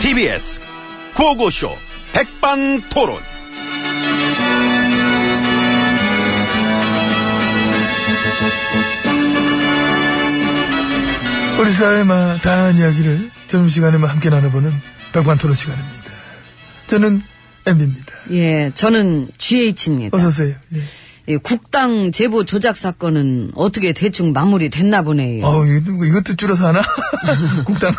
TBS 구호고쇼 백반토론. 우리 사회의 마- 다양한 이야기를 점심시간에만 함께 나눠보는 백반토론 시간입니다. 저는 MB입니다. 예, 저는 GH입니다. 어서오세요. 예. 국당 제보 조작 사건은 어떻게 대충 마무리됐나 보네요. 어우, 뭐 이것도, 이것도 줄여서 하나? 국당.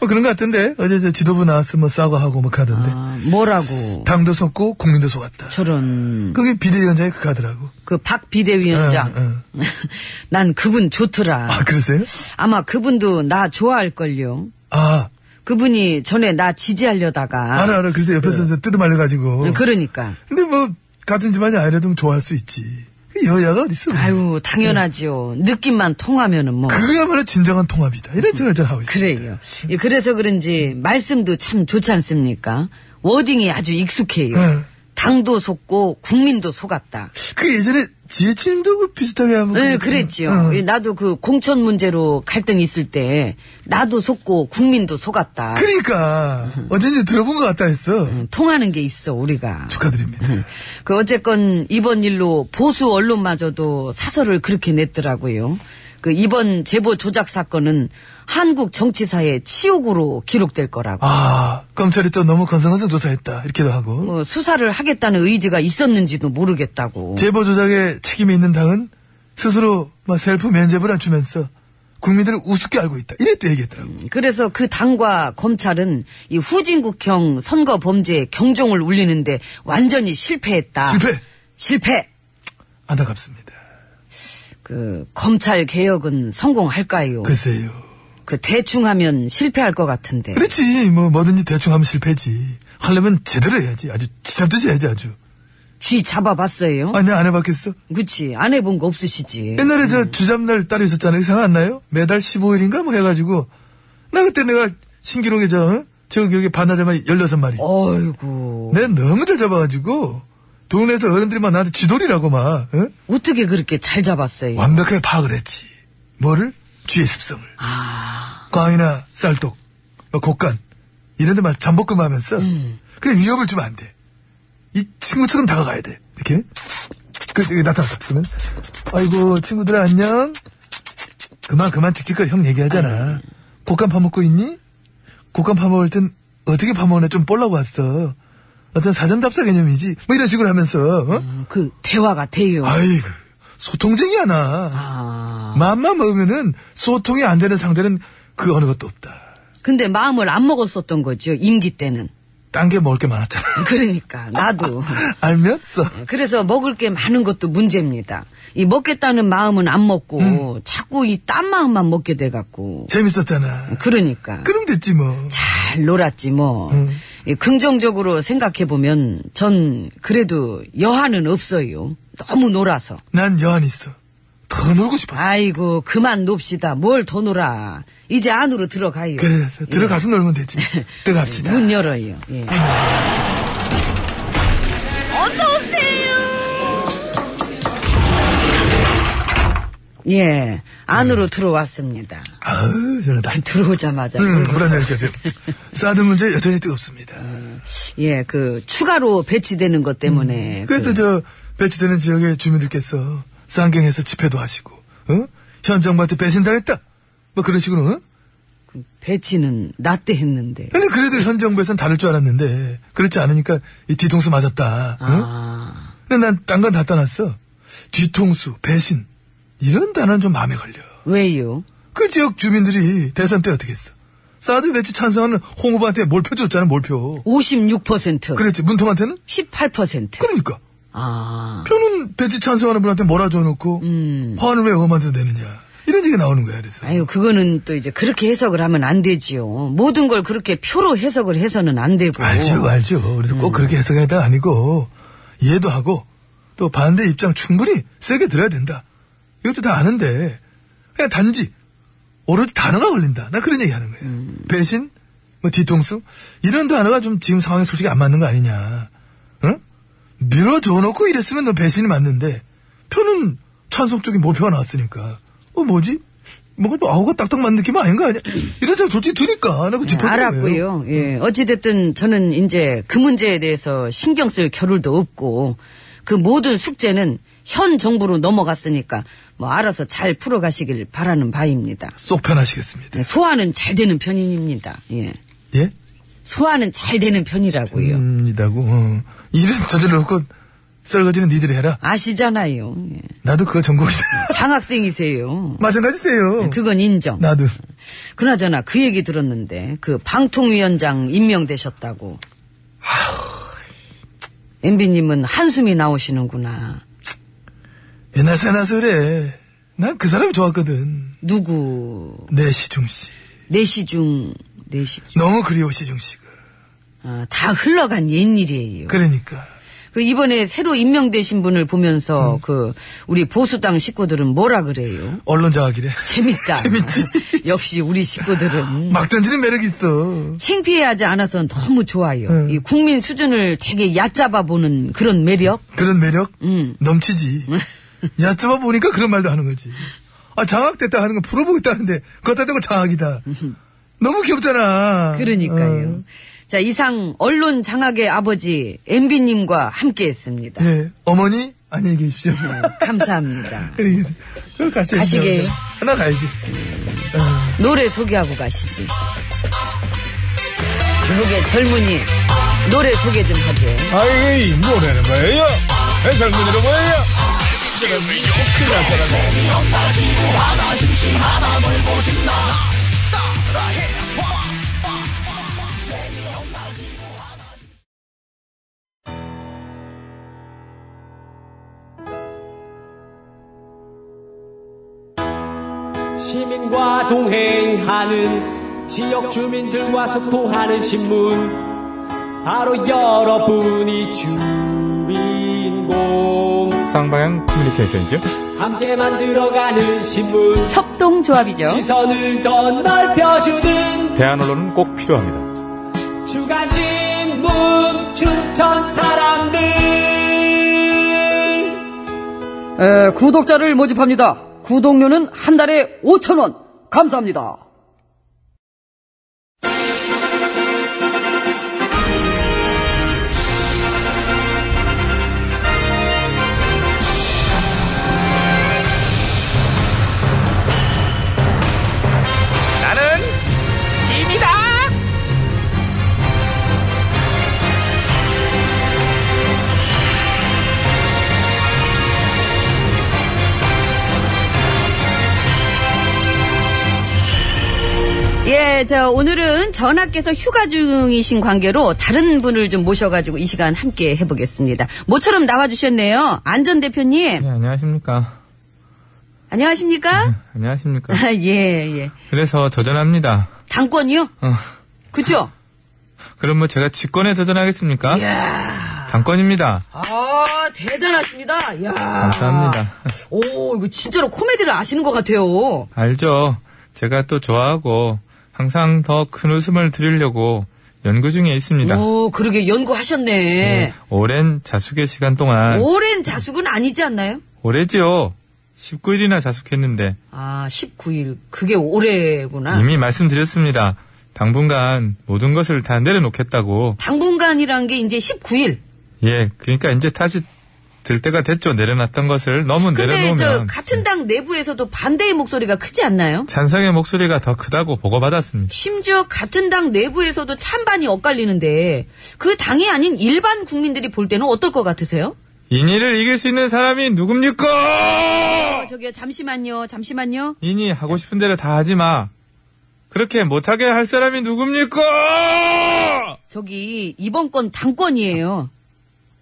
뭐 그런 것 같은데. 어제 저 지도부 나왔으면 뭐 사과하고 뭐 가던데. 아, 뭐라고 당도 속고 국민도 속았다. 저런 그게 비대위원장이 그 가더라고. 그 박 비대위원장. 응, 난 그분 좋더라. 아, 그러세요? 아마 그분도 나 좋아할걸요. 아, 그분이 전에 나 지지하려다가. 알아, 알아. 그래서 옆에서 이제 뜯어말려가지고. 그러니까. 근데 뭐, 같은 집안이 아니라도 좋아할 수 있지. 그 여야가 어딨어. 아유, 당연하지요. 느낌만 통하면은 뭐. 그거야말로 진정한 통합이다. 이런 그- 생각을 잘 하고 있어요. 그래요. 예, 그래서 그런지 말씀도 참 좋지 않습니까? 워딩이 아주 익숙해요. 응. 당도 속고 국민도 속았다. 그 예전에 지혜치님도 그 비슷하게 한번. 예, 그랬지요. 어. 예, 나도 그 공천 문제로 갈등이 있을 때 나도 속고 국민도 속았다. 그러니까 어쩐지 들어본 것 같다 했어. 통하는 게 있어 우리가. 축하드립니다. 그 어쨌건 이번 일로 보수 언론마저도 사설을 그렇게 냈더라고요. 그 이번 제보 조작 사건은 한국 정치사의 치욕으로 기록될 거라고. 아 검찰이 또 너무 건성건성 조사했다 이렇게도 하고 뭐 수사를 하겠다는 의지가 있었는지도 모르겠다고. 제보 조작에 책임이 있는 당은 스스로 막 셀프 면접을 안 주면서 국민들을 우습게 알고 있다. 이래 또 얘기했더라고. 그래서 그 당과 검찰은 이 후진국형 선거 범죄 경종을 울리는데 완전히 실패했다. 실패 실패. 안타깝습니다. 그 검찰 개혁은 성공할까요? 그, 글쎄요. 대충 하면 실패할 것 같은데. 그렇지 뭐 뭐든지 대충 하면 실패지. 하려면 제대로 해야지. 아주 지잡듯이 해야지 아주. 쥐 잡아봤어요? 아니 안 해봤겠어? 그치 안 해본 거 없으시지. 옛날에 저 주잡날 딸이 있었잖아요. 생각 안 나요? 매달 15일인가 뭐 해가지고. 나 그때 내가 신기록에 저, 어? 저 기록에 반나절만 16마리. 어. 어이구 내가 너무 잘 잡아가지고. 동네에서 어른들이 막 나한테 쥐돌이라고 막, 어? 어떻게 그렇게 잘 잡았어요? 예. 완벽하게 파악을 했지. 뭐를? 쥐의 습성을. 꽝이나 쌀독, 막 곡간, 이런 데막 잠복금 하면서. 그냥 위협을 주면 안 돼. 이 친구처럼 다가가야 돼. 이렇게. 그래서 여기 나타났어. 그러면. 아이고, 친구들아, 안녕. 그만, 그만, 직직거리 형 얘기하잖아. 곡간 파먹고 있니? 곡간 파먹을 땐 어떻게 파먹나 좀 볼라고 왔어. 어떤 사전답사 개념이지. 뭐 이런 식으로 하면서, 어? 그 대화가 돼요. 아이고, 소통쟁이야, 나. 아, 맘만 먹으면은 소통이 안 되는 상대는 그 어느 것도 없다. 근데 마음을 안 먹었었던 거죠 임기 때는. 딴 게 먹을 게 많았잖아. 그러니까 나도. 아, 알면서. 그래서 먹을 게 많은 것도 문제입니다. 이 먹겠다는 마음은 안 먹고 자꾸 이 딴 마음만 먹게 돼 갖고. 재밌었잖아. 그러니까. 그럼 됐지, 뭐. 잘 놀았지 뭐. 음. 예, 긍정적으로 생각해 보면 전 그래도 여한은 없어요. 너무 놀아서. 난 여한 있어. 더 놀고 싶었어. 아이고 그만 놉시다. 뭘 더 놀아. 이제 안으로 들어가요. 그래, 들어가서 놀면 되지. 뭐. 들어갑시다. 문 열어요. 예. 예, 안으로 들어왔습니다. 아우, 이러다. 들어오자마자. 그, 음, 불안해, 이렇게. 사드 문제 여전히 뜨겁습니다. 예, 그, 추가로 배치되는 것 때문에. 음, 그래서 저, 배치되는 지역의 주민들께서 쌍경에서 집회도 하시고, 어? 현 정부한테 배신당했다. 뭐 그런 식으로, 어? 배치는 나 때 했는데. 근데 그래도 현 정부에선 다를 줄 알았는데 그렇지 않으니까 이 뒤통수 맞았다. 응? 아, 근데 난 딴 건 다 떠났어. 뒤통수, 배신 이런 단어는 좀 마음에 걸려. 왜요? 그 지역 주민들이 대선 때 어떻게 했어? 사드 배치 찬성하는 홍 후보한테 몰표 줬잖아, 몰표. 56%. 그랬지, 문통한테는? 18%. 그러니까. 아. 표는 배치 찬성하는 분한테 몰아줘놓고, 화환을 왜 엄한테 내느냐. 이런 얘기 나오는 거야, 그래서. 아유, 그거는 또 이제 그렇게 해석을 하면 안 되지요. 모든 걸 그렇게 표로 해석을 해서는 안 되고. 알죠, 알죠. 그래서 음. 꼭 그렇게 해석해야 돼 아니고, 이해도 하고, 또 반대 입장 충분히 세게 들어야 된다. 이것도 다 아는데, 그냥 단지, 오로지 단어가 걸린다. 나 그런 얘기 하는 거예요. 음. 배신, 뭐, 뒤통수, 이런 단어가 좀 지금 상황에 솔직히 안 맞는 거 아니냐. 응? 밀어줘 놓고 이랬으면 너 배신이 맞는데, 표는 찬성 쪽인 몰표가 나왔으니까. 어, 뭐지? 뭔가 또 아우가 딱딱 맞는 느낌 아닌 거 아니야? 이런 생각 솔직히 드니까. 나그 예, 알았고요. 예. 어찌됐든 저는 이제 그 문제에 대해서 신경 쓸 겨를도 없고 그 모든 숙제는 현 정부로 넘어갔으니까 뭐 알아서 잘 풀어가시길 바라는 바입니다. 쏙 편하시겠습니다. 예, 소화는 잘 되는 편입니다. 예. 예? 소화는 잘 되는 편이라고요. 입니다고. 어. 일은 저절로 놓고 썰거지는 니들이 해라. 아시잖아요. 예. 나도 그거 전공이잖아. 장학생이세요. 마찬가지세요. 네, 그건 인정. 나도. 그나저나 그 얘기 들었는데 그 방통위원장 임명되셨다고. 엠비님은 한숨이 나오시는구나. 옛날 세나서 그래. 난 그 사람이 좋았거든. 누구 내 시중 씨. 내시중 내시중 너무 그리워 시중 씨가. 아, 다 흘러간 옛일이에요. 그, 그러니까. 이번에 새로 임명되신 분을 보면서 그 우리 보수당 식구들은 뭐라 그래요? 언론 자학이래. 음. 재밌다. 재밌지? 역시 우리 식구들은 막 던지는 매력이 있어. 창피해하지 않아서 너무 좋아요. 음. 이 국민 수준을 되게 얕잡아 보는 그런 매력. 그런 매력 음. 넘치지. 야쭤봐 보니까 그런 말도 하는 거지. 아 장악됐다 하는 거 풀어보겠다는데 그것다 대고 장악이다. 너무 귀엽잖아. 음. 그러니까요. 어. 자, 이상 언론 장악의 아버지 MB님과 함께했습니다. 네, 예, 어머니 안녕히 계십시오. 감사합니다. 그래, 그럼 같이 가시게요. 해주세요. 나 가야지. 노래 소개하고 가시지. 그게 젊은이 노래 소개 좀 하게. 아이 뭐라는 거예요? 젊은이로 뭐예요? 시민과 동행하는 지역 주민들과 소통하는 신문 바로 여러분이 주인공 쌍방향 커뮤니케이션이죠. 함께 만들어가는 신문 협동조합이죠. 시선을 더 넓혀주는 대한 언론은 꼭 필요합니다. 주간신문 춘천 사람들 에, 구독자를 모집합니다. 구독료는 한 달에 5천 원. 감사합니다. 나는 짐이다. 예, 저 오늘은 전하께서 휴가 중이신 관계로 다른 분을 좀 모셔가지고 이 시간 함께 해보겠습니다. 모처럼 나와주셨네요. 안전 대표님. 네, 안녕하십니까. 안녕하십니까? 안녕하십니까. 아, 예, 예. 그래서 도전합니다. 당권이요? 어. 그죠? 그럼 뭐 제가 직권에 도전하겠습니까? 당권입니다. 아, 대단하십니다. 이야. 감사합니다. 아. 오, 이거 진짜로 코미디를 아시는 것 같아요. 알죠. 제가 또 좋아하고 항상 더 큰 웃음을 드리려고 연구 중에 있습니다. 오, 그러게 연구하셨네. 네, 오랜 자숙의 시간 동안 오랜 자숙은 아니지 않나요? 오래지요. 19일이나 자숙했는데 아, 19일. 그게 올해구나. 이미 말씀드렸습니다. 당분간 모든 것을 다 내려놓겠다고. 당분간이란 게 이제 19일. 예, 그러니까 이제 다시 들 때가 됐죠. 내려놨던 것을 너무 근데 내려놓으면 저 같은 당 내부에서도 반대의 목소리가 크지 않나요? 찬성의 목소리가 더 크다고 보고받았습니다. 심지어 같은 당 내부에서도 찬반이 엇갈리는데 그 당이 아닌 일반 국민들이 볼 때는 어떨 것 같으세요? 인이를 이길 수 있는 사람이 누굽니까? 어, 저기요, 잠시만요, 잠시만요. 인이 하고 싶은 대로 다 하지 마. 그렇게 못하게 할 사람이 누굽니까? 저기, 이번 건 당권이에요.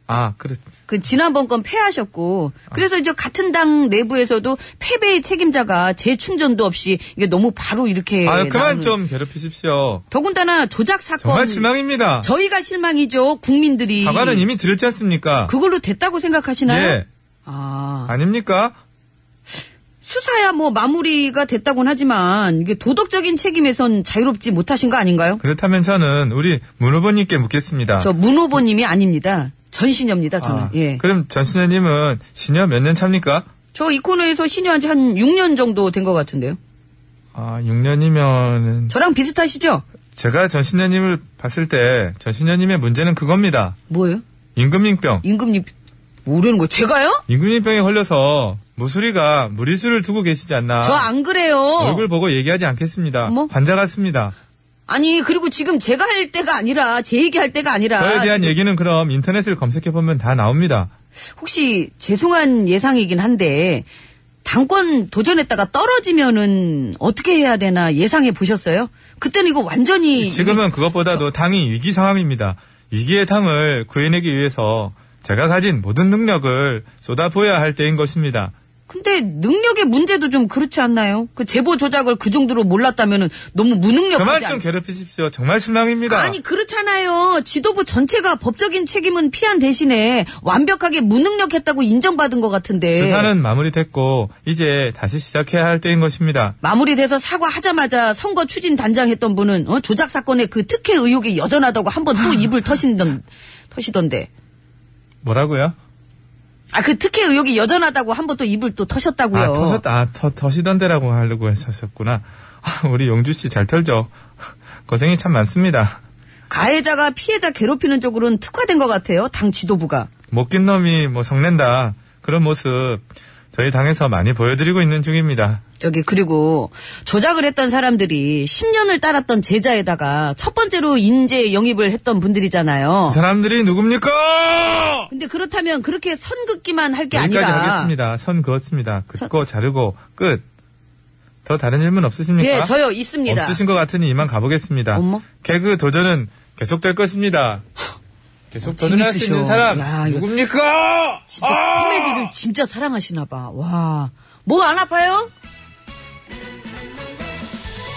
아, 그래. 그 지난번 건 패하셨고 그래서 이제 같은 당 내부에서도 패배의 책임자가 재충전도 없이 이게 너무 바로 이렇게 아, 그만 예, 나오는. 좀 괴롭히십시오. 더군다나 조작 사건 정말 실망입니다. 저희가 실망이죠 국민들이 사과는 이미 드렸지 않습니까? 그걸로 됐다고 생각하시나요? 예, 아 아닙니까? 수사야 뭐 마무리가 됐다곤 하지만 이게 도덕적인 책임에선 자유롭지 못하신 거 아닌가요? 그렇다면 저는 우리 문 후보님께 묻겠습니다. 저 문 후보님이 아닙니다 전신여입니다 저는 아, 예. 그럼 전신현님은 신여 몇 년 차입니까? 저 이 코너에서 신여한 지 한 6년 정도 된 것 같은데요 아, 6년이면 저랑 비슷하시죠? 제가 전신현님을 봤을 때 전신현님의 문제는 그겁니다. 뭐예요? 임금님병. 임금님 모르는 거 제가요? 임금님병에 걸려서 무수리가 무리수를 두고 계시지 않나. 저 안 그래요. 아. 얼굴 보고 얘기하지 않겠습니다. 어머. 환자 같습니다. 아니 그리고 지금 제가 할 때가 아니라 제 얘기할 때가 아니라 저에 대한 지금 얘기는 그럼 인터넷을 검색해 보면 다 나옵니다. 혹시 죄송한 예상이긴 한데 당권 도전했다가 떨어지면은 어떻게 해야 되나 예상해 보셨어요? 그때는 이거 완전히 지금은 그것보다도 당이 위기 상황입니다. 위기의 당을 구해내기 위해서 제가 가진 모든 능력을 쏟아부어야 할 때인 것입니다. 근데 능력의 문제도 좀 그렇지 않나요? 그 제보 조작을 그 정도로 몰랐다면은 너무 무능력하지 그만 좀 않- 괴롭히십시오. 정말 실망입니다. 아니 그렇잖아요. 지도부 전체가 법적인 책임은 피한 대신에 완벽하게 무능력했다고 인정받은 것 같은데 수사는 마무리됐고 이제 다시 시작해야 할 때인 것입니다. 마무리돼서 사과하자마자 선거 추진 단장했던 분은 어? 조작 사건의 그 특혜 의혹이 여전하다고 한 번 또 아. 입을 터신던 터시던데. 뭐라고요? 아 그 특혜 의혹이 여전하다고 한 번 또 입을 또 터셨다고요. 아, 터셨다. 아, 터, 터시던데라고 하려고 하셨구나. 아, 우리 용주 씨 잘 털죠. 고생이 참 많습니다. 가해자가 피해자 괴롭히는 쪽으로는 특화된 것 같아요. 당 지도부가. 못긴 놈이 뭐 성낸다. 그런 모습 저희 당에서 많이 보여드리고 있는 중입니다. 여기 그리고 조작을 했던 사람들이 10년을 따랐던 제자에다가 첫 번째로 인재 영입을 했던 분들이잖아요. 이 사람들이 누굽니까? 근데 그렇다면 그렇게 선긋기만 할 게 여기까지 아니라 하겠습니다. 선 그었습니다. 긋고 자르고 끝. 더 다른 질문 없으십니까? 예, 저요 있습니다. 없으신 것 같으니 이만 가보겠습니다. 어머. 개그 도전은 계속될 것입니다. 계속 도전할 수 재밌으셔. 있는 사람 야, 이거- 누굽니까? 진짜 아! 코미디를 진짜 사랑하시나 봐. 와. 목 안 아파요?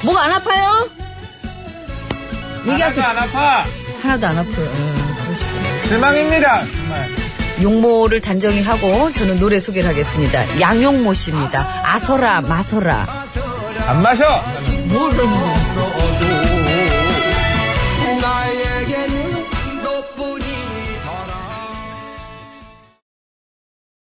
목 안 아파요? 얘기하세요. 안 아파. 하나도 안 아파요. 예, 그러시구나. 실망입니다. 정말. 용모를 단정히 하고 저는 노래 소개를 하겠습니다. 양용모 씨입니다. 아서라 마서라. 안 마셔. 모르는 거.